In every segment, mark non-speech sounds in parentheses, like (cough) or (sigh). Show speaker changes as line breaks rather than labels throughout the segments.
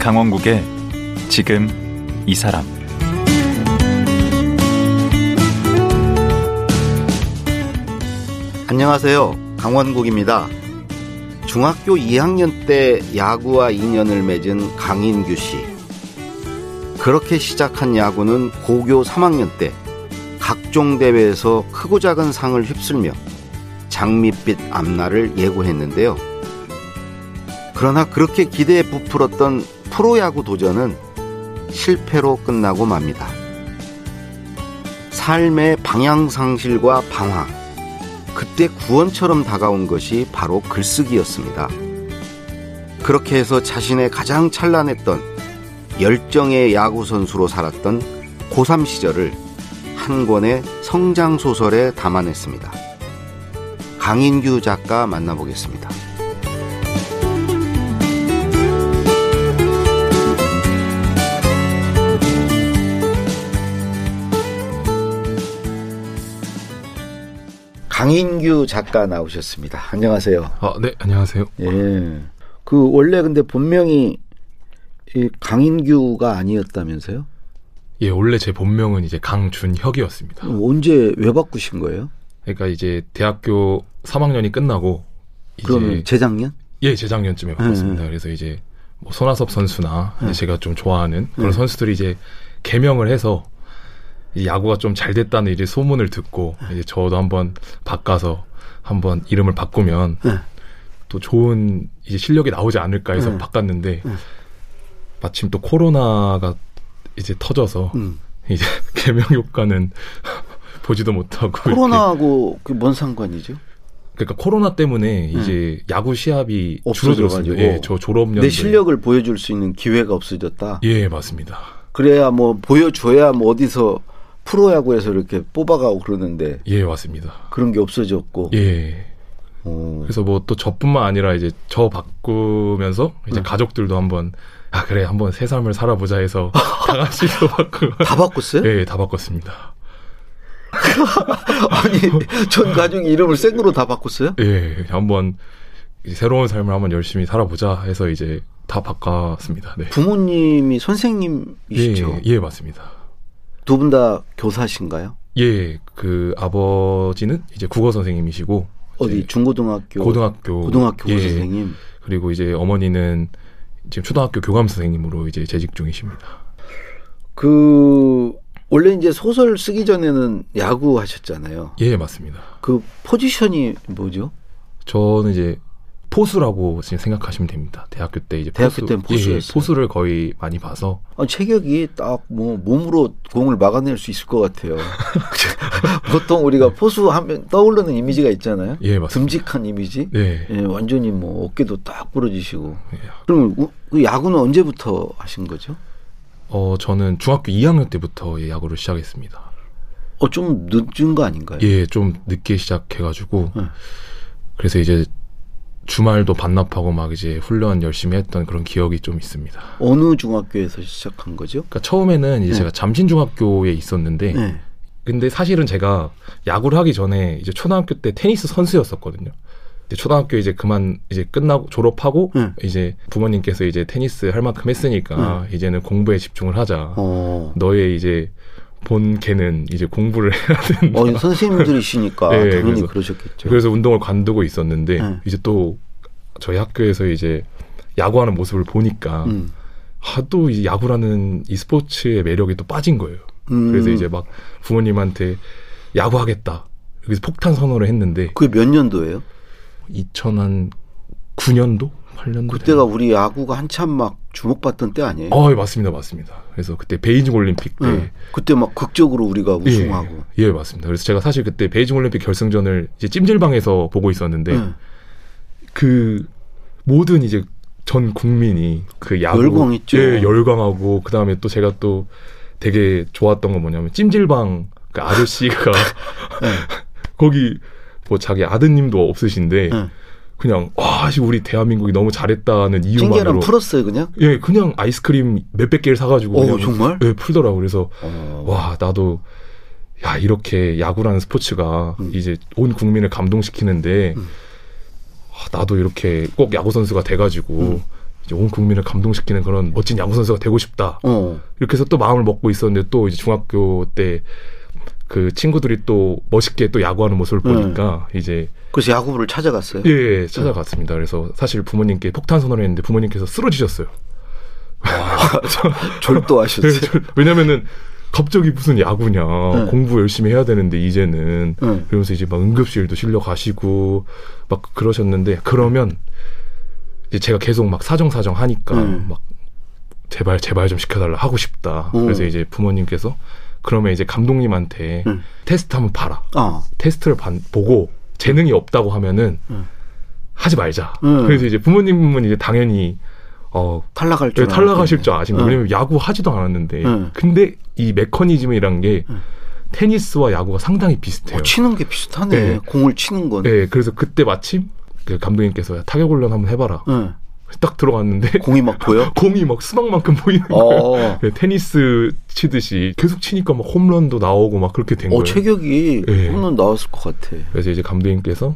강원국의 지금 이 사람
안녕하세요. 강원국입니다. 중학교 2학년 때 야구와 인연을 맺은 강인규 씨. 그렇게 시작한 야구는 고교 3학년 때 각종 대회에서 크고 작은 상을 휩쓸며 장밋빛 앞날을 예고했는데요. 그러나 그렇게 기대에 부풀었던 프로야구 도전은 실패로 끝나고 맙니다. 삶의 방향상실과 방황, 그때 구원처럼 다가온 것이 바로 글쓰기였습니다. 그렇게 해서 자신의 가장 찬란했던 열정의 야구선수로 살았던 고3 시절을 한 권의 성장소설에 담아냈습니다. 강인규 작가 만나보겠습니다. 강인규 작가 나오셨습니다. 안녕하세요.
아, 네, 안녕하세요.
예. 그 원래 근데 본명이 이 강인규가 아니었다면서요?
예, 원래 제 본명은 이제
아.
강준혁이었습니다.
언제 왜 바꾸신 거예요?
그러니까 이제 대학교 3학년이 끝나고 이제
그러면 음. 재작년?
예, 재작년쯤에 바꿨습니다. 그래서 이제 뭐 손아섭 선수나
네.
이제 제가 좀 좋아하는 그런 선수들이 이제 개명을 해서 이 야구가 좀 잘 됐다는 이제 소문을 듣고
네.
이제 저도 한번 바꿔서 한번 이름을 바꾸면
아.
또 좋은 이제 실력이 나오지 않을까 해서
네.
바꿨는데 마침 또 코로나가 이제 터져서
음.
이제 (laughs) 개명 효과는 (laughs) 보지도 못하고 이렇게.
코로나하고 그 뭔 상관이죠?
그러니까 코로나 때문에 이제 야구 시합이
음.
줄어들었어요.
없어져가지고.
예, 저 졸업년
내 실력을 보여줄 수 있는 기회가 없어졌다.
예 맞습니다.
그래야 뭐 보여줘야 뭐 어디서 프로야구에서 이렇게 뽑아가고 그러는데
예 맞습니다.
그런 게 없어졌고.
예
어.
그래서 뭐 또 저뿐만 아니라 이제 저 바꾸면서
음.
이제 가족들도 한번 아 그래 한번 새 삶을 살아보자 해서 (laughs) 강아지도
(laughs)
바꾸고
다 바꿨어요?
예다 바꿨습니다.
아니 전 가족 이름을 생으로 다 바꿨어요?
예 한번 이제 새로운 삶을 한번 열심히 살아보자 해서 이제 다 바꿨습니다. 네.
부모님이 선생님이시죠?
예, 예 맞습니다.
두 분 다 교사신가요?
예, 그 아버지는 이제 국어 선생님이시고
어디
이제
중고등학교
예. 고등학교
고등학교
예,
선생님
그리고 이제 어머니는 지금 초등학교 교감 선생님으로 이제 재직 중이십니다.
그 원래 이제 소설 쓰기 전에는 야구 하셨잖아요.
예, 맞습니다.
그 포지션이 뭐죠?
저는 이제 포수라고 지금 생각하시면 됩니다. 대학교 때 이제
대학교 때는
예,
포수였어요.
포수를 거의 많이 봐서
아, 체격이 딱 뭐 몸으로 공을 막아낼 수 있을 것
(laughs)
같아요. 보통 우리가 포수하면 떠오르는 이미지가 있잖아요.
예, 맞습니다.
듬직한 이미지.
네.
예, 완전히 뭐 어깨도 딱 부러지시고.
예.
그럼 우- 그 야구는 언제부터 하신 거죠?
어, 저는 중학교 2학년 때부터 예, 야구를 시작했습니다.
어, 좀 늦은 거 아닌가요?
예, 좀 늦게 시작해가지고
네.
그래서 이제 주말도 반납하고 막 이제 훈련 열심히 했던 그런 기억이 좀 있습니다.
어느 중학교에서 시작한 거죠?
그러니까 처음에는 이제
네.
제가 잠신중학교에 있었는데
네.
근데 사실은 제가 야구를 하기 전에 이제 초등학교 때 테니스 선수였었거든요. 근데 초등학교 이제 그만 이제 끝나고 졸업하고
네.
이제 부모님께서 이제 테니스 할 만큼 했으니까 이제는 공부에 집중을 하자. (laughs)
어.
너의 이제 본 걔는 이제 공부를 해야 된다.
어,
(laughs)
선생님들이시니까
예,
당연히
그래서-
그러셨겠죠
그래서 운동을 관두고 있었는데
그렇죠. 네.
이제 또 저희 학교에서 이제 야구하는 모습을 보니까
음.
하도 이 야구라는 이 스포츠의 매력이 또 빠진 거예요.
음.
그래서 이제 막 부모님한테 야구하겠다. 그래서 폭탄 선언을 했는데
그게 몇 년도예요?
네. 2009년도 8년도
그때가 우리 야구가 한참 막 주목받던 때 아니에요?
아, 예, 맞습니다. 맞습니다. 그래서 그때 베이징 올림픽 때
예. 그때 막 극적으로 우리가
예,
우승하고.
예, 맞습니다. 그래서 제가 사실 그때 베이징 올림픽 결승전을 이제 찜질방에서 보고 있었는데
예.
그 모든 이제 전 국민이 그 야구
열광했죠.
예, 열광하고 그다음에 또 제가 또 되게 좋았던 건 뭐냐면 찜질방
(laughs)
그 아저씨가
네.
(laughs) 거기 뭐 자기 아드님도 없으신데
예.
그냥 와 씨, 우리 대한민국이 너무 잘했다는 이유만으로
찡계란 풀었어요, 그냥?
예 그냥 아이스크림 몇백 개를 사가지고
어,
그냥
정말?
예 풀더라고 그래서
어.
와 나도 야 이렇게 야구라는 스포츠가
음.
이제 온 국민을 감동시키는데
음. 음.
아, 나도 이렇게 꼭 야구 선수가 돼가지고 이제 온 국민을 감동시키는 그런 멋진 야구 선수가 되고 싶다.
어.
이렇게 해서 또 마음을 먹고 있었는데 또 이제 중학교 때 그 친구들이 또 멋있게 또 야구하는 모습을
네.
보니까 이제
그래서 야구부를 찾아갔어요.
예, 예, 찾아갔습니다. 그래서 사실 부모님께 폭탄 선언을 했는데 부모님께서 쓰러지셨어요.
졸도하셨어요.
그래서 저- (laughs) 왜냐면은 갑자기 무슨 야구냐
네.
공부 열심히 해야 되는데 이제는
응.
그러면서 이제 막 응급실도 실려 가시고 막 그러셨는데 그러면 이제 제가 계속 막 사정사정 하니까
음.
막 제발 제발 좀 시켜달라 하고 싶다.
음.
그래서 이제 부모님께서 그러면 이제 감독님한테
음.
테스트 한번 봐라.
어.
테스트를 반- 보고 재능이 없다고 하면은
음.
하지 말자.
음.
그래서 이제 부모님은 이제 당연히 어
탈락할 줄 어,
예, 탈락하실
알았겠네. 네.
줄 아신 거예요.
응.
왜냐면 야구 하지도 않았는데.
응.
근데 이 메커니즘이란 게
응.
테니스와 야구가 상당히 비슷해요.
네. 어, 치는 게 비슷하네.
네.
공을 치는 건.
예, 그래서 그때 마침 그 감독님께서 타격 훈련 한번 해봐라.
응.
딱 들어갔는데
예.
(laughs)
공이 막 보여?
공이 막 수박만큼 보이는 거예요.
어.
예, 테니스 치듯이 계속 치니까 막 홈런도 나오고 막 그렇게 된
어,
거예요.
체격이
예.
홈런 나왔을 것 같아. 예.
그래서 이제 감독님께서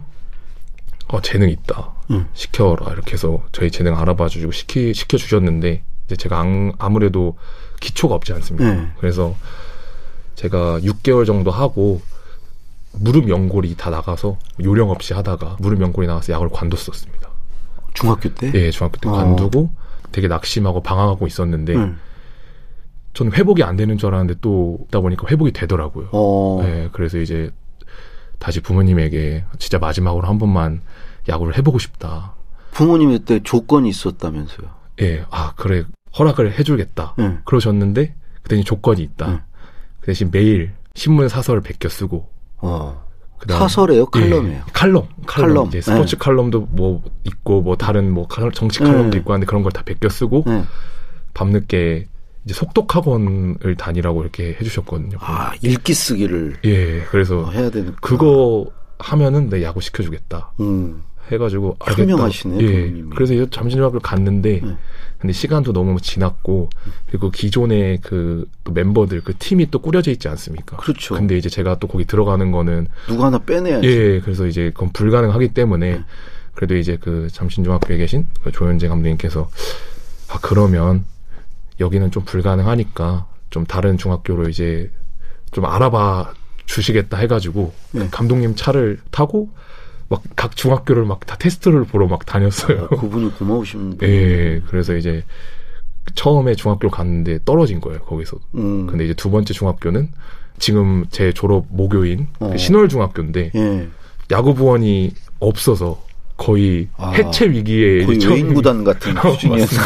어, 재능 있다.
응.
시켜라. 이렇게 해서 저희 재능 알아봐 주시고 시키, 시켜주셨는데, 이제 제가 앙- 아무래도 기초가 없지 않습니까?
네.
그래서 제가 6개월 정도 하고, 무릎 연골이 다 나가서 요령 없이 하다가 무릎 연골이 나와서 약을 관뒀었습니다.
중학교 때?
예, 중학교 때
어.
관두고 되게 낙심하고 방황하고 있었는데
응.
저는 회복이 안 되는 줄 알았는데 또 있다 보니까 회복이 되더라고요.
어.
네, 그래서 이제 다시 부모님에게 진짜 마지막으로 한 번만 야구를 해보고 싶다.
부모님 그때 조건이 있었다면서요.
예, 아 그래 허락을 해주겠다.
응.
그러셨는데 그 대신 조건이 있다.
응.
그 대신 매일 신문 사설 베껴 쓰고
어.
그다음-
사설이에요?
예,
칼럼이에요?
칼럼, 칼럼.
칼럼. 예.
이제 스포츠 칼럼도 뭐 있고 뭐 다른 뭐 칼- 정치 칼럼도
네.
있고 하는데 그런 걸 다 베껴 쓰고
네.
밤늦게 이제 속독학원을 다니라고 이렇게 해주셨거든요.
아, 읽기 쓰기를
예, 그래서
해야 되는
그거 하면은 내 야구 시켜주겠다.
음.
해가지고
현명하시네,
알겠다. 예.
부모님이.
그래서 이제 잠시만을 갔는데
네.
근데 시간도 너무 지났고 그리고 기존의 그또 멤버들 그 팀이 또 꾸려져 있지 않습니까?
그렇죠.
근데 이제 제가 또 거기 들어가는 거는
누구 하나 빼내야지.
예 그래서 이제 그건 불가능하기 때문에
네.
그래도 이제 그 잠신중학교에 계신 그 조현재 감독님께서 아 그러면 여기는 좀 불가능하니까 좀 다른 중학교로 이제 좀 알아봐 주시겠다 해가지고
네.
감독님 차를 타고 막 각 중학교를 막 다 테스트를 보러 막 다녔어요.
어, 그분이 고마우신 분.
예, 그래서 이제 처음에 중학교 갔는데 떨어진 거예요, 거기서.
음.
근데 이제 두 번째 중학교는 지금 제 졸업 모교인
어.
그 신월중학교인데
예.
야구부원이 없어서 거의
아.
해체 위기에
거의
예, 이제 처음-
외인 구단 같은
어,
수준이었어.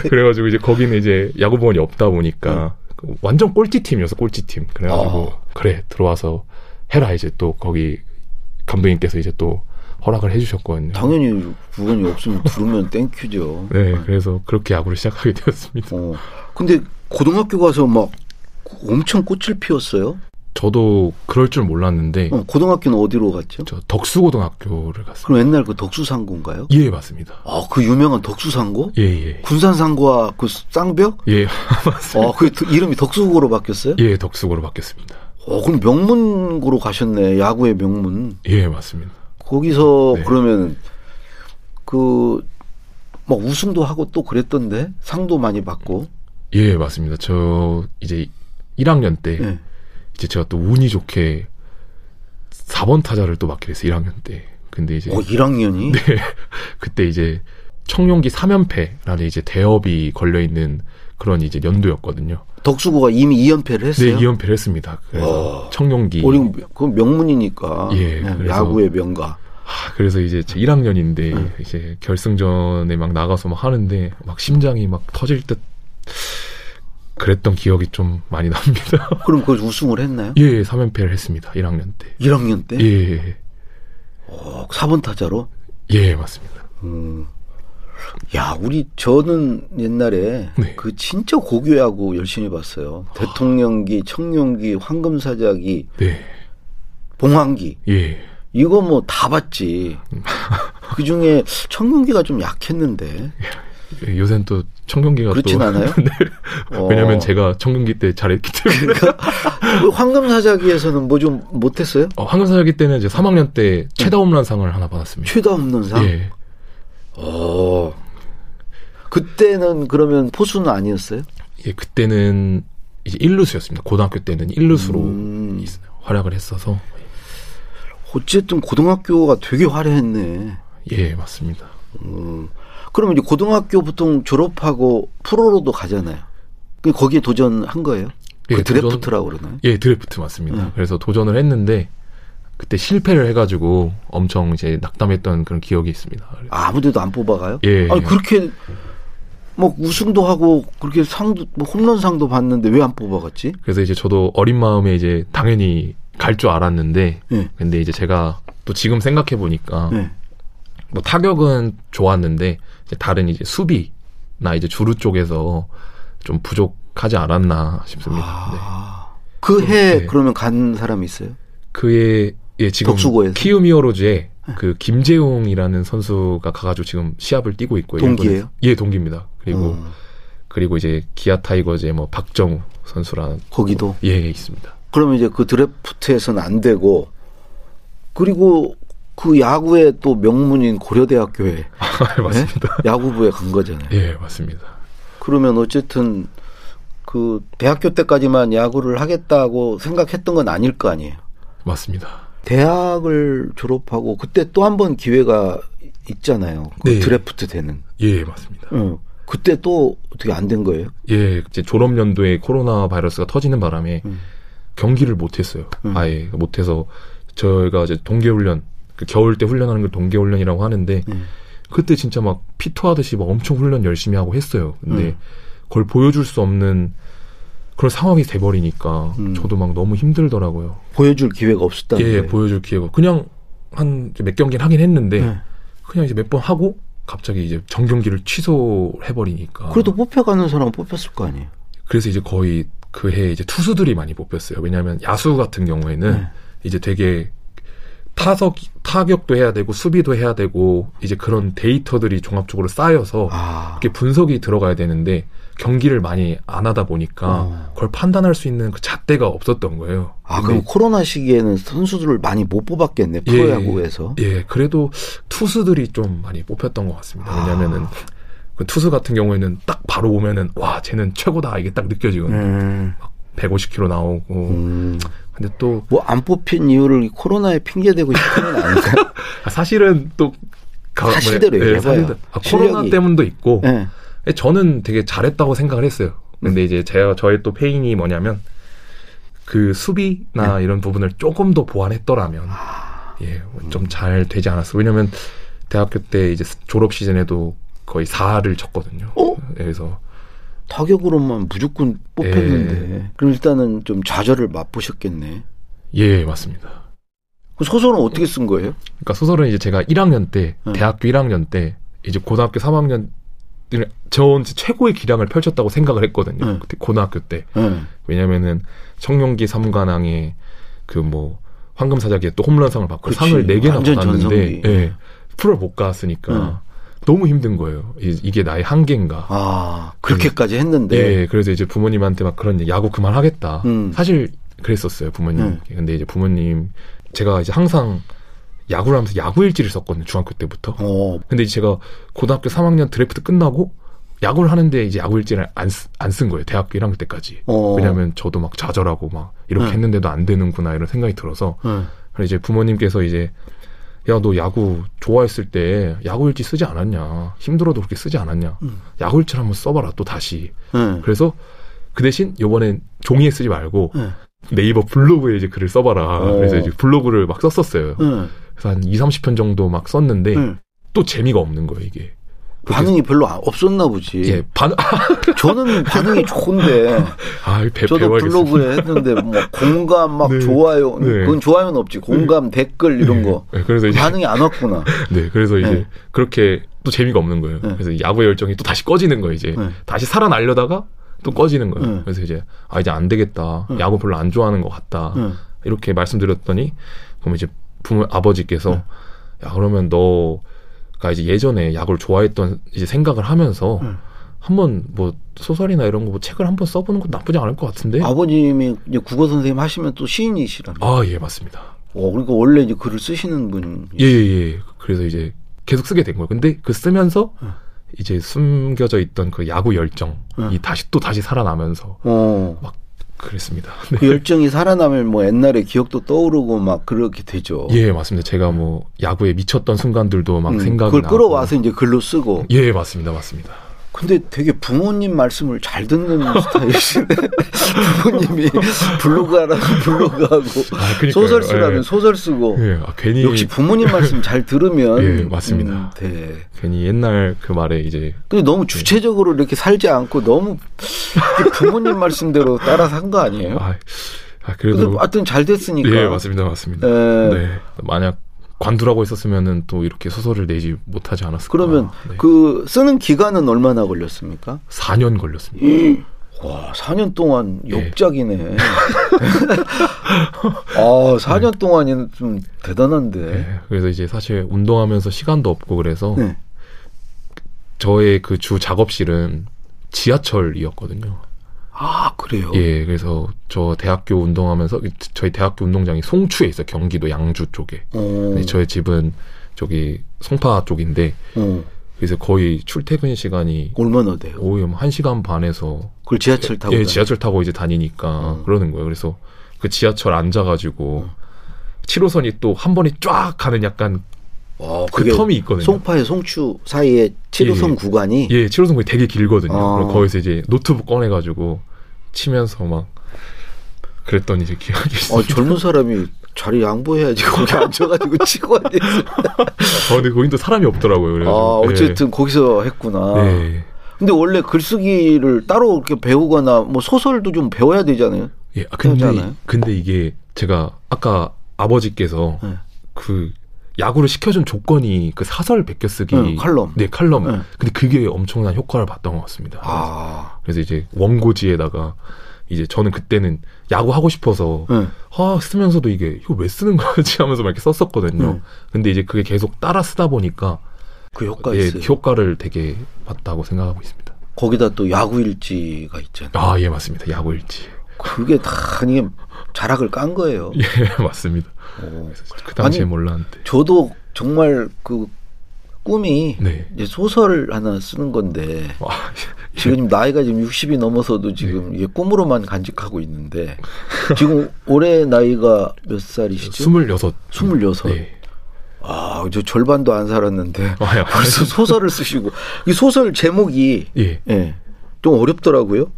(laughs) 그래가지고 이제 거기는 이제 야구부원이 없다 보니까
네.
그 완전 꼴찌팀이어서 꼴찌팀. 그래가지고
아.
그래, 들어와서 해라. 이제 또 거기 감독님께서 이제 또 허락을
(laughs)
해주셨거든요.
당연히 부분이 없으면 부르면 땡큐죠.
네, 그래서 그렇게 야구를 시작하게 되었습니다.
어. 근데 고등학교 가서 막 엄청 꽃을 피웠어요.
저도 그럴 줄 몰랐는데
어, 고등학교는 어디로 갔죠?
저 덕수고등학교를 갔습니다.
그럼 옛날 그 덕수상고인가요?
예 맞습니다.
아, 그 유명한 덕수상고?
예 예.
군산상고와 그 쌍벽?
예, (laughs)
어, 그 두- 이름이 덕수고로 바뀌었어요?
예, 덕수고로 바뀌었습니다.
어, 그럼 명문고로 가셨네. 야구의 명문.
예, 맞습니다.
거기서
네.
그러면 그, 막 우승도 하고 또 그랬던데? 상도 많이 받고.
예, 맞습니다. 저 이제 1학년 때
예.
이제 제가 또 운이 좋게 4번 타자를 또 맡게 됐어요. 1학년 때. 근데 이제
어,
네.
1학년이?
그때 이제 청룡기 3연패라는 이제 대업이 걸려 있는 그런 이제 연도였거든요.
덕수고가 이미 2연패를
네,
했어요?
2연패를 했습니다. 그래서
와.
청룡기
어, 이건 그 명문이니까.
예,
네,
그래서-
야구의 명가.
아, 그래서 이제 제 1학년인데
응.
이제 결승전에 막 나가서 막 하는데 막 심장이 막 터질 듯 그랬던 기억이 좀 많이 (laughs) 납니다.
그럼 거기서 우승을 했나요?
예, 3연패를 했습니다. 1학년 때.
1학년 때?
예.
어, 4번 타자로?
예, 맞습니다.
음. 야, 우리 저는 옛날에
네.
그 진짜 고교야구 열심히 봤어요. 대통령기, 청룡기, 황금사자기,
네.
봉황기.
예.
이거 뭐 다
(laughs)
봤지. 그 중에 청룡기가 좀 약했는데.
예, 요새는 또 청경기가
그렇진
또
않아요?
(laughs) 네.
어.
(laughs) 왜냐면 제가 청경기 때 잘했기 때문에
그 황금사자기에서는 뭐 좀 못했어요?
어, 황금사자기 때는 이제 3학년 때 예. 최다 홈런상을 하나 받았습니다.
최다 홈런상?
예.
어. 그때는 그러면 포수는 아니었어요?
예, 그때는 이제 일루수였습니다. 고등학교 때는 일루수로
음.
있- 활약을 했어서
어쨌든 고등학교가 되게 화려했네.
예 맞습니다.
음. 그러면 이제 고등학교 보통 졸업하고 프로로도 가잖아요. 그 거기에 도전한 거예요?
예,
그
도전-
드래프트라고 그러나요?
예 드래프트 맞습니다.
음.
그래서 도전을 했는데 그때 실패를 해가지고 엄청 이제 낙담했던 그런 기억이 있습니다. 그래서
아무데도 안 뽑아가요?
예.
아니 그렇게 뭐 우승도 하고 그렇게 상도 뭐 홈런상도 받는데 왜 안 뽑아갔지?
그래서 이제 저도 어린 마음에 이제 당연히 갈 줄 알았는데
예.
근데 이제 제가 또 지금 생각해 보니까
예.
뭐 타격은 좋았는데 이제 다른 이제 수비나 이제 주루 쪽에서 좀 부족하지 않았나 싶습니다. 네.
아. 그 해
네.
그러면 간 사람이 있어요?
그의 예 지금
덕수고에서? 네.
키움히어로즈에 그 김재웅이라는 선수가 가가지고 지금 시합을 뛰고 있고요.
동기예요?
일본에서. 예 동기입니다. 그리고
음.
그리고 이제 기아 타이거즈의 뭐 박정우 선수라는
거기도.
예 있습니다.
그러면 이제 그 드래프트에서는 안 되고 그리고 그 야구의 또 명문인 고려대학교에
(laughs) 아, 맞습니다.
예? 야구부에 간 거잖아요.
예 맞습니다.
그러면 어쨌든 그 대학교 때까지만 야구를 하겠다고 생각했던 건 아닐 거 아니에요.
맞습니다.
대학을 졸업하고 그때 또 한 번 기회가 있잖아요. 그
네.
드래프트 되는.
예 맞습니다.
응. 그때 또 어떻게 안 된 거예요?
예, 이제 졸업 연도에 코로나 바이러스가 터지는 바람에
음.
경기를 못했어요.
음.
아예 못해서 저희가 이제 동계훈련, 그 겨울 때 훈련하는 걸 동계훈련이라고 하는데
음.
그때 진짜 막 피투하듯이 막 엄청 훈련 열심히 하고 했어요. 근데
음.
그걸 보여줄 수 없는 그런 상황이 돼버리니까
음. 네.
저도 막 너무 힘들더라고요.
보여줄 기회가 없었다는
예,
거예요.
보여줄 기회가 그냥 한 몇 경기는 하긴 했는데
네.
그냥 이제 몇 번 하고 갑자기 이제 전 경기를 취소해버리니까
그래도 뽑혀가는 사람은 뽑혔을 거 아니에요.
그래서 이제 거의 그 해 이제 투수들이 많이 뽑혔어요. 왜냐하면 야수 같은 경우에는
네.
이제 되게 타석 타격도 해야 되고 수비도 해야 되고 이제 그런 데이터들이 종합적으로 쌓여서
아.
이렇게 분석이 들어가야 되는데 경기를 많이 안 하다 보니까
어.
그걸 판단할 수 있는 그 잣대가 없었던 거예요.
아,
근데
그럼 코로나 시기에는 선수들을 많이 못 뽑았겠네,
네. 예,
프로야구에서.
예, 그래도 투수들이 좀 많이 뽑혔던 것 같습니다.
아.
왜냐면은 그 투수 같은 경우에는 딱 바로 오면은 와 쟤는 최고다 이게 딱 느껴지거든요.
음.
150km 나오고 음. 근데 또
뭐 안 뽑힌 이유를 코로나에 핑계대고 싶은 건
(laughs)
아닌가?
아, 사실은 또 가-
사실대로
뭐래-
얘기해봐요.
아,
실력이-
코로나 때문도 있고
예.
저는 되게 잘했다고 생각을 했어요. 근데 이제 제가 저의 또 페인이 뭐냐면 그 수비나
네.
이런 부분을 조금 더 보완했더라면
아.
예좀 잘 되지 않았어. 왜냐면 대학교 때 이제 졸업 시즌에도 거의 4를 쳤거든요.
어?
그래서
타격으로만 무조건 뽑혔는데. 그럼 일단은 좀 좌절을 맛보셨겠네.
예 맞습니다.
그 소설은 어떻게 쓴 거예요?
그러니까 소설은 이제 제가 1학년 때
네.
대학교 1학년 때 이제 고등학교 3학년 전 최고의 기량을 펼쳤다고 생각을 했거든요.
네.
그때 고등학교 때
예.
왜냐면은 청룡기 삼관왕에 그 뭐 황금사자기에 또 홈런상을 받고
그치.
상을 네 개나
완전
받았는데
전성기. 네.
예, 프로를 못 갔으니까
응.
너무 힘든 거예요. 이- 이게 나의 한계인가.
아, 그렇게까지 했는데.
예, 그래서 이제 부모님한테 막 그런 얘기, 야구 그만하겠다.
음.
사실 그랬었어요 부모님.
음.
근데 이제 부모님 제가 이제 항상 야구를 하면서 야구 일지를 썼거든요 중학교 때부터.
어,
근데 이제 제가 고등학교 3학년 드래프트 끝나고 야구를 하는데 이제 야구 일지를 안안 쓴 거예요 대학교 1학년 때까지.
어.
왜냐하면 저도 막 좌절하고 막 이렇게
음.
했는데도 안 되는구나 이런 생각이 들어서
예.
그래서 이제 부모님께서 이제 야 너 야구 좋아했을 때 야구 일지 쓰지 않았냐 힘들어도 그렇게 쓰지 않았냐
음.
야구 일지를 한번 써봐라 또 다시
예.
그래서 그 대신 요번엔 종이에 쓰지 말고
예.
네이버 블로그에 이제 글을 써봐라.
어.
그래서 이제 블로그를 막 썼었어요.
예.
그래서 한 2, 30편 정도 막 썼는데
예.
또 재미가 없는 거예요, 이게.
반응이 별로 아- 없었나 보지.
예, 반, (laughs) 아,
저는 반응이 좋은데
아 (laughs) 배,
저도
배워야겠어.
블로그에 했는데 뭐 공감 막
(laughs) 네.
좋아요
네.
그건 좋아요는 없지 공감 댓글 이런 거
네, 그래서 이제,
반응이 안
(laughs)
왔구나.
네, 그래서 이제
네.
그렇게 또 재미가 없는 거예요.
네.
그래서 야구 열정이 또 다시 꺼지는 거예요, 이제.
네.
다시 살아나려다가 또 꺼지는 거예요.
네.
그래서 이제, 아, 이제 안 되겠다.
네.
야구 별로 안 좋아하는 것 같다.
예.
이렇게 말씀드렸더니 그럼 이제 부모 아버지께서
네.
야 그러면 너가 이제 예전에 야구를 좋아했던 이제 생각을 하면서
네.
한번 뭐 소설이나 이런 거뭐 책을 한번 써보는 것도 나쁘지 않을 것 같은데
네. 아버님이 이제 국어 선생님 하시면 또 시인이시라면.
아 예 맞습니다 예,
어, 그러니까 원래 이제 글을 쓰시는 분.
예예 예, 그래서 이제 계속 쓰게 된 거예요 근데 그 쓰면서
네.
이제 숨겨져 있던 그 야구 열정이
네.
다시 또 다시 살아나면서
어.
그랬습니다.
그 열정이 살아나면 뭐 옛날의 기억도 떠오르고 막 그렇게 되죠.
예, 맞습니다. 제가 뭐 야구에 미쳤던 순간들도 막
어. 음,
생각이
그걸
나고.
끌어와서 이제 글로 쓰고.
예, 맞습니다. 맞습니다.
근데 되게 부모님 말씀을 잘 듣는 (laughs) 스타일이시네. 부모님이 블로그하라고 블로그하고
아, 그러니까요.
소설 쓰라면
예.
소설 쓰고.
예, 아, 괜히
역시 부모님 말씀 잘 들으면
예, 맞습니다.
음, 네.
괜히 옛날 그 말에 이제
근데 너무 주체적으로 이렇게 살지 않고 너무 이렇게 부모님 말씀대로 따라 산 거 아니에요?
아, 아
근데
그래도
하여튼 잘 됐으니까.
예, 맞습니다. 맞습니다.
예.
네. 만약 관두라고 했었으면은 또 이렇게 소설을 내지 못하지 않았을까.
그러면
네.
그 쓰는 기간은 얼마나 걸렸습니까?
4년 걸렸습니다.
와, 4년 동안
예.
역작이네. 아, 4년 동안이면 좀 대단한데.
네. 그래서 이제 사실 운동하면서 시간도 없고 그래서
예. 네.
저의 그 주 작업실은 지하철이었거든요.
아, 그래요.
예, 그래서 저 대학교 운동하면서 저희 대학교 운동장이 송추에 있어요. 경기도 양주 쪽에.
어,
근데 네, 저의 집은 저기 송파 쪽인데
어,
그래서 거의 출퇴근 시간이
얼마나 돼요?
오후 뭐 1시간 반에서
그걸 지하철 타고.
예,
다니-
지하철 타고 이제 다니니까
음.
그러는 거예요. 그래서 그 지하철 앉아가지고
어.
7호선이 또 한 번에 쫙 가는 약간
와,
그
그게
텀이 있거든요.
송파에 송추 사이에 7호선
예.
구간이
예, 7호선 거기 되게 길거든요.
아.
그럼 거기서 이제 노트북 꺼내가지고 치면서 막 그랬던 이제 기억이 있어요.
어, 젊은 사람이 자리 양보해야지 거기 (laughs) 앉아가지고 치고 하니.
어, 근데 (laughs) 거긴 또 사람이 없더라고요. 예.
아,
그래서
어쨌든 거기서 했구나.
예,
근데 원래 글쓰기를 따로 이렇게 배우거나 뭐 소설도 좀 배워야 되잖아요.
예. 아, 근데
그러잖아요.
근데 이게 제가 아까 아버지께서
네.
그 야구를 시켜준 조건이 그 사설 베껴쓰기
네, 칼럼.
네, 칼럼.
네.
근데 그게 엄청난 효과를 봤던 것 같습니다.
아,
그래서 이제 원고지에다가 이제 저는 그때는 야구 하고 싶어서
네.
아 쓰면서도 이게 이거 왜 쓰는 거지 하면서 막 이렇게 썼었거든요.
네.
근데 이제 그게 계속 따라 쓰다 보니까
그 효과
예,
있어요.
효과를 되게 봤다고 생각하고 있습니다.
거기다 또 야구일지가 있잖아.
아 예 맞습니다. 야구일지 (laughs)
그게 다 이게 자락을 깐 거예요.
예 맞습니다.
어.
그래서 그 당시에
아니,
몰랐는데
저도 정말 그 꿈이
네.
이제 소설 하나 쓰는 건데 (laughs)
아,
지금 나이가 지금 60이 넘어서도
네.
지금 이게 꿈으로만 간직하고 있는데 지금 올해 나이가 몇 살이시죠?
26
26.
네.
아, 저 절반도 안 살았는데
아, 예.
벌써 소설을 쓰시고 이 소설 제목이
예.
예, 좀 어렵더라고요.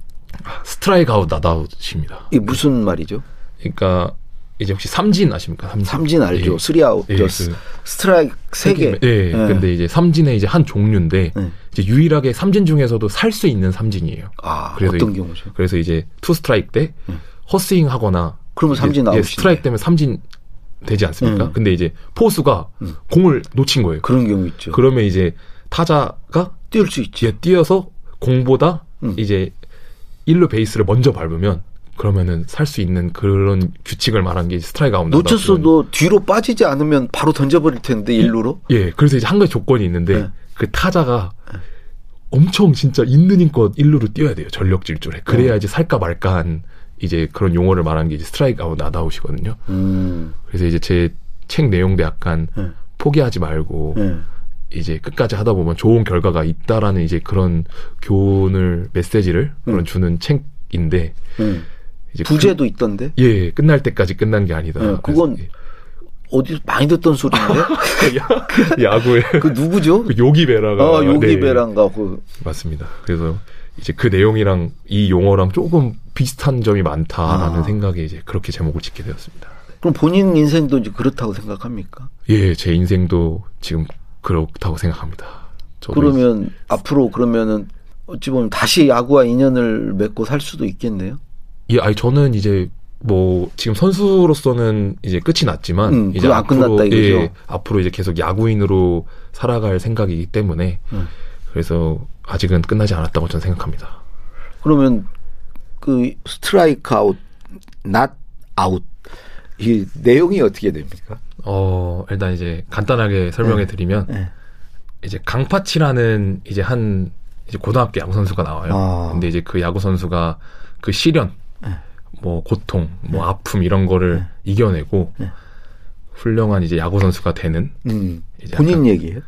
스트라이크 아웃 나다웃입니다.
이게 무슨 말이죠?
그러니까 이제 혹시 삼진 아십니까? 삼진,
삼진 알죠?
예.
쓰리 아웃,
예,
저
그
스- 스트라이크 세 개.
예. 근데 이제 삼진의 이제 한 종류인데
예.
이제 유일하게 삼진 중에서도 살 수 있는 삼진이에요.
아,
그래서
어떤
이-
경우죠?
그래서 이제 투 스트라이크 때
음.
허스윙 하거나 예,
그러면 삼진 아웃인데.
스트라이크 되면 삼진 되지 않습니까?
음.
근데 이제 포수가
음. 그렇죠.
공을 놓친 거예요.
그런 경우 있죠.
그러면 이제 타자가
띄울 수 있지.
뒤에 뛰어서 공보다
음.
이제 일루 베이스를 먼저 밟으면 그러면은 살 수 있는 그런 규칙을 말한 게 스트라이크 아웃
놓쳤어도 뒤로 빠지지 않으면 바로 던져버릴 텐데 일루로.
예, 그래서 이제 한 가지 조건이 있는데
네.
그 타자가 엄청 진짜 있는 힘껏 일루로 뛰어야 돼요. 전력 질주래. 그래야
네.
이제 살까 말까한 이제 그런 용어를 말한 게 이제 스트라이크 아웃 나다웃이거든요.
음.
그래서 이제 제 책 내용도 약간
예.
포기하지 말고
예.
이제 끝까지 하다 보면 좋은 결과가 있다라는 이제 그런 교훈을 메시지를 그런 주는 책인데
음.
이제 그
부재도 있던데.
끝- 예, 끝날 때까지 끝난 게 아니다.
예, 그건
그래서,
어디서 많이 듣던
(laughs)
소리인데?
예. (laughs) 야- 야구의
(laughs) 그 누구죠?
그 요기 베라가
아,
네.
요기베란가 그
맞습니다. 그래서 이제 그 내용이랑 이 용어랑 조금 비슷한 점이 많다라는
아.
생각에 이제 그렇게 제목을 짓게 되었습니다.
그럼 본인 인생도 이제 그렇다고 생각합니까?
예, 제 인생도 지금 그렇다고 생각합니다. 저도
그러면 앞으로 그러면은 어찌 보면 다시 야구와 인연을 맺고 살 수도 있겠네요.
예, 아니 저는 이제 뭐 지금 선수로서는 이제 끝이 났지만
음,
이제
그거 안 끝났다 이거죠?
예, 앞으로 이제 계속 야구인으로 살아갈 생각이기 때문에
음.
그래서 아직은 끝나지 않았다고 저는 생각합니다.
그러면 그 스트라이크 아웃, 낫 아웃 이 내용이 어떻게 됩니까?
어, 일단 이제 간단하게
네.
설명해 드리면 이제 강파치라는 이제 한 이제 고등학교 야구 선수가 나와요.
아. 네.
근데 이제 그 야구 선수가 그 시련, 뭐 고통, 뭐 아픔 이런 거를 이겨내고
네.
훌륭한 이제 야구 선수가 되는
음,
이제
본인
약간-
얘기예요?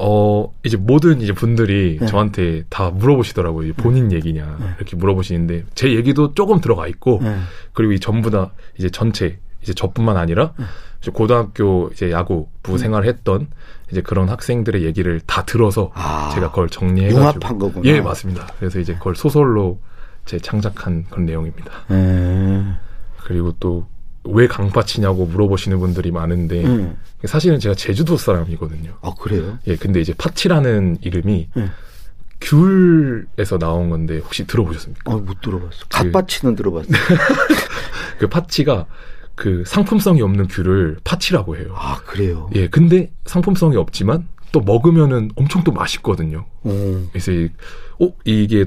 어 이제 모든 이제 분들이
네.
저한테 다 물어보시더라고요. 이제 본인 얘기냐 이렇게 물어보시는데 제 얘기도 조금 들어가 있고
네.
그리고 이 전부 다 이제 전체 이제 저뿐만 아니라
네.
이제 고등학교 이제 야구부
음.
생활을 했던 이제 그런 학생들의 얘기를 다 들어서
아,
제가 그걸 정리해
융합한 거구나.
예 맞습니다. 그래서 이제 그걸 소설로 제 창작한 그런 내용입니다.
음.
그리고 또 왜 강파치냐고 물어보시는 분들이 많은데
음.
사실은 제가 제주도 사람이거든요.
아 그래요?
예, 근데 이제 파치라는 이름이
네.
귤에서 나온 건데 혹시 들어보셨습니까?
아못 들어봤어. 갓바치는 들어봤어.
예. 그 파치가 그 상품성이 없는 귤을 파치라고 해요.
아 그래요.
예, 근데 상품성이 없지만 또 먹으면은 엄청 또 맛있거든요.
음.
그래서 이, 어 이게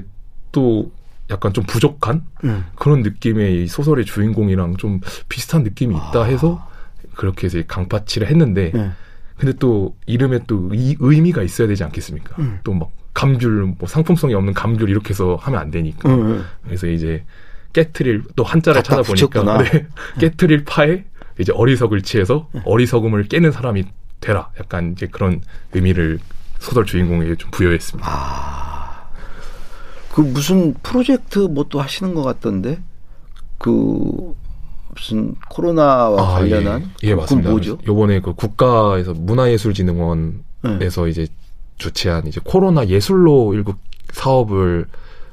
또 약간 좀 부족한
음.
그런 느낌의 이 소설의 주인공이랑 좀 비슷한 느낌이
아.
있다 해서 그렇게 해서 이 강파치를 했는데
네.
근데 또 이름에 또 이, 의미가 있어야 되지 않겠습니까?
음.
또 막 감귤 뭐 상품성이 없는 감귤 이렇게 해서 하면 안 되니까.
음, 음.
그래서 이제 깨트릴 또 한자를
갖다
찾아보니까
붙였구나. 음.
네, 깨트릴 파에 이제 어리석을 취해서 어리석음을 깨는 사람이 되라. 약간 이제 그런 의미를 소설 주인공에게 좀 부여했습니다.
아, 그 무슨 프로젝트 뭐 또 하시는 것 같던데 그 무슨 코로나와 아, 관련한
예, 예, 맞습니다.
그 뭐죠?
요번에 그 국가에서
네. 음.
문화예술진흥원에서 이제 주최한 이제 코로나 예술로 일국 사업을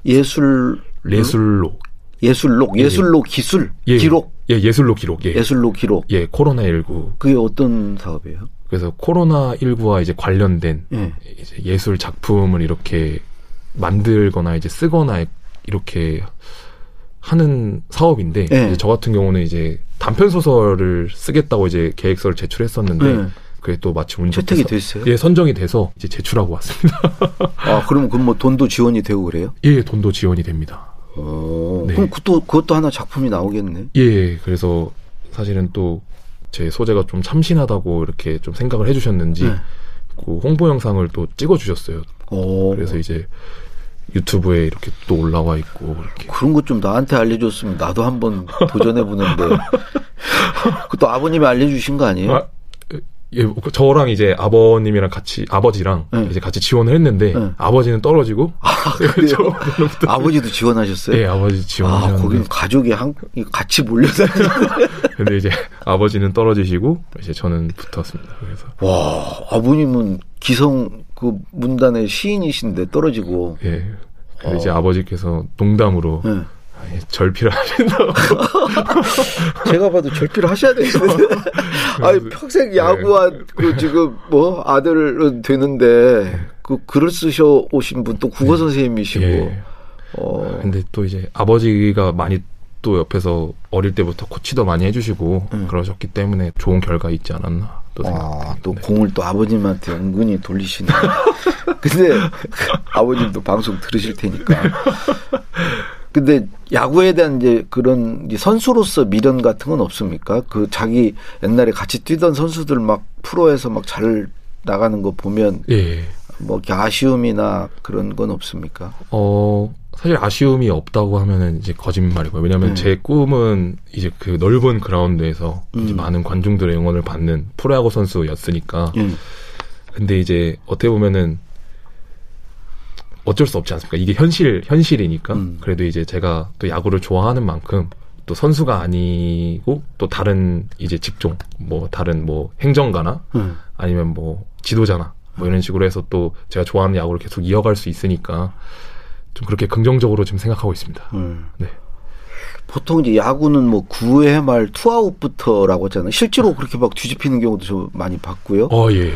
예술
예술로
예술록
예, 예.
예술로 기술
예,
음? 기록
예, 예술로 기록. 예.
예술로 기록
예, 코로나19.
그게 어떤 사업이에요?
그래서 코로나19와 이제 관련된
예.
이제 예술 작품을 이렇게 만들거나 이제 쓰거나 이렇게 하는 사업인데
예.
이제 저 같은 경우는 이제 단편 소설을 쓰겠다고 이제 계획서를 제출했었는데
예.
그게 또 마침 운 좋게
채택이
서-
됐어요?
예, 선정이 돼서 이제 제출하고 왔습니다. (laughs)
아 그러면 그럼 뭐 돈도 지원이 되고 그래요?
예, 돈도 지원이 됩니다.
어,
네.
그럼 그것도 그것도 하나 작품이 나오겠네.
예, 그래서 사실은 또 제 소재가 좀 참신하다고 이렇게 좀 생각을 해주셨는지
네.
그 홍보 영상을 또 찍어주셨어요.
어,
그래서 이제 유튜브에 이렇게 또 올라와 있고 이렇게.
그런 것 좀 나한테 알려줬으면 나도 한번 도전해 보는데.
(laughs)
그것도 아버님이 알려주신 거 아니에요?
아, 예, 그 저랑 이제 아버님이랑 같이 아버지랑
네.
이제 같이 지원을 했는데
네.
아버지는 떨어지고
그래요?
저-
아버지도 지원하셨어요?
그렇죠. 예, 아버지
아, 거기는
지원하셨는데
가족이 한, 같이
(laughs)
몰려다니는.
근데 이제 아버지는 떨어지시고 이제 저는 붙었습니다. 그래서
와, 아버님은 기성 그 문단의 시인이신데 떨어지고.
예.
어.
근데 이제 아버지께서 농담으로
예.
아니, 절필을 하신다고
제가 봐도 절필을 하셔야 되는데.
(laughs)
아니,
예.
평생 야구와 그 지금 뭐 아들은 되는데 그 글을 쓰셔 오신 분 또 국어 선생님이시고.
예.
어,
근데 또 이제 아버지가 많이 또 옆에서 어릴 때부터 코치도 많이 해주시고 그러셨기 때문에 좋은 결과 있지 않았나 또
네. 아,
생각합니다. 네.
또 공을 또 아버님한테 은근히 돌리시네. (laughs) 근데 아버님도 방송 들으실 테니까. 근데 야구에 대한 이제 그런 이제 선수로서 미련 같은 건 없습니까? 그 자기 옛날에 같이 뛰던 선수들 막 프로에서 막 잘 나가는 거 보면
예.
뭐 이렇게 아쉬움이나 그런 건 없습니까?
어 사실 아쉬움이 없다고 하면은 이제 거짓말이고요. 왜냐하면
음.
제 꿈은 이제 그 넓은 그라운드에서 이제
음.
많은 관중들의 응원을 받는 프로야구 선수였으니까.
예.
근데 이제 어떻게 보면은 어쩔 수 없지 않습니까? 이게 현실 현실이니까
음.
그래도 이제 제가 또 야구를 좋아하는 만큼 또 선수가 아니고 또 다른 이제 직종 뭐 다른 뭐 행정가나
음.
아니면 뭐 지도자나 뭐 이런 식으로 해서 또 제가 좋아하는 야구를 계속 이어갈 수 있으니까 좀 그렇게 긍정적으로 지금 생각하고 있습니다.
음.
네.
보통 이제 야구는 뭐 9회 말 투아웃부터라고 하잖아요. 실제로 그렇게 막 뒤집히는 경우도 저 많이 봤고요.
어 예.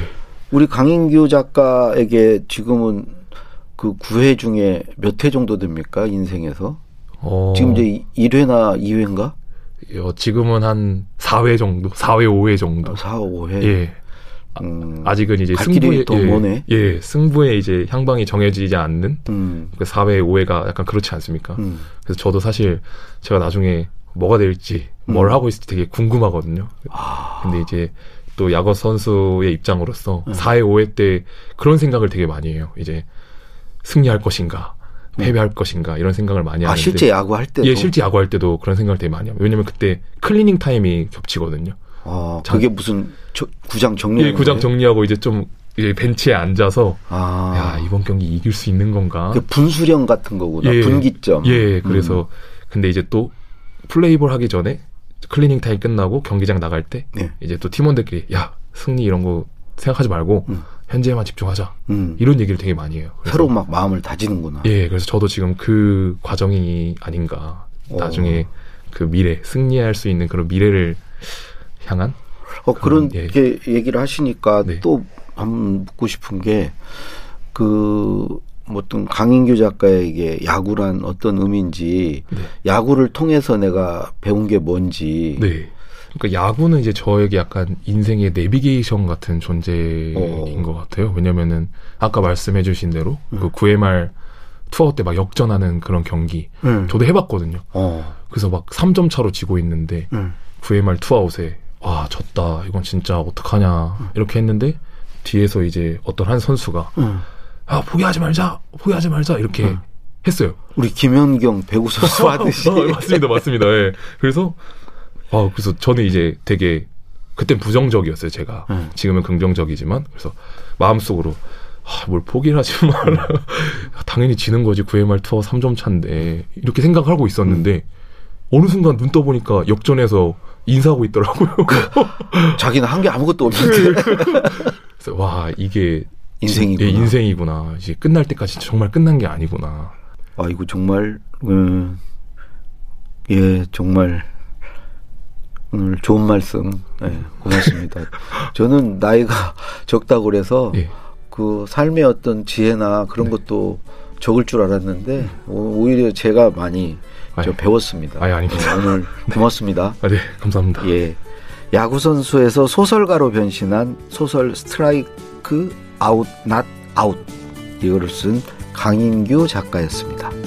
우리 강인규 작가에게 지금은 그 9회 중에 몇 회 정도 됩니까? 인생에서.
어,
지금 이제 1회나 2회인가?
어, 지금은 한 4회 정도, 4회 5회 정도.
4, 뭐 5회.
예.
음.
아직은 이제
아, 네. 갈 길이
승부에
또
예,
머네.
예, 승부에 이제 향방이 정해지지 않는
음.
그 4회 5회가 약간 그렇지 않습니까?
음.
그래서 저도 사실 제가 나중에 뭐가 될지 뭘
음.
하고 있을지 되게 궁금하거든요. 근데 이제 또 야구 선수의 입장으로서
네.
4회 5회 때 그런 생각을 되게 많이 해요. 이제 승리할 것인가, 패배할 것인가 이런 생각을 많이
네. 아,
하는데
실제 야구 할 때도.
예, 실제 야구할 때도 그런 생각을 되게 많이 해요. 왜냐면 그때 클리닝 타임이 겹치거든요.
아,
장-
그게 무슨 저- 구장 정리
예, 구장 정리하고 이제 좀 이제 벤치에 앉아서
아.
야 이번 경기 이길 수 있는 건가?
그 음. 분수령 같은 거구나.
예.
분기점.
예, 그래서 근데 이제 또 플레이볼 하기 전에 클리닝 타임 끝나고 경기장 나갈 때
네.
이제 또 팀원들끼리 야 승리 이런 거 생각하지 말고
음.
현재에만 집중하자
음.
이런 얘기를 되게 많이 해요. 그래서-
새로 막 마음을 다지는구나.
예, 그래서 저도 지금 그 과정이 아닌가
오.
나중에 그 미래 승리할 수 있는 그런 미래를 향한
어, 그런
그런, 예.
게 얘기를 하시니까
네.
또 한번 묻고 싶은 게그 뭐 어떤 강인규 작가에게 야구란 어떤 의미인지
네.
야구를 통해서 내가 배운 게 뭔지
네. 그러니까 야구는 이제 저에게 약간 인생의 내비게이션 같은 존재인
어.
것 같아요. 왜냐면은 아까 말씀해주신 대로 그 9회 말 투아웃 때 막 역전하는 그런 경기
음.
저도 해봤거든요.
어.
그래서 막 3점 차로 지고 있는데
음.
9회 말 투아웃에 아 졌다 이건 진짜 어떡하냐 이렇게 했는데 뒤에서 이제 어떤 한 선수가
음.
아 포기하지 말자 포기하지 말자 이렇게 했어요.
우리 김연경 배구
(laughs)
선수 하듯이
어, 맞습니다, 맞습니다. 예. 그래서 아 그래서 저는 이제 되게 그땐 부정적이었어요 제가
음.
지금은 긍정적이지만 그래서 마음속으로 아, 뭘 포기를 하지 (laughs) 말라 당연히 지는 거지 9회말 투어 3점 차인데 이렇게 생각하고 있었는데 어느 순간 눈 떠보니까 역전에서 인사하고
(laughs)
있더라고요
그 자기는 한 게 아무것도
네.
없는데
그래서 와 이게
인생이구나.
예, 인생이구나 이제 끝날 때까지 정말 끝난 게 아니구나
아 이거 정말 음, 예 정말 오늘 좋은 말씀 예,
(laughs)
고맙습니다. 저는 나이가 적다고 그래서
예. 네.
그 삶의 어떤 지혜나 그런 것도 적을 줄 알았는데 오, 히려 제가 많이 저
아유.
배웠습니다.
아유, 아닙니다.
예, 오늘 고맙습니다.
아, (laughs) 네 감사합니다
예. 야구 선수에서 소설가로 변신한 소설 스트라이크 아웃 낫 아웃 이거를 쓴 강인규 작가였습니다.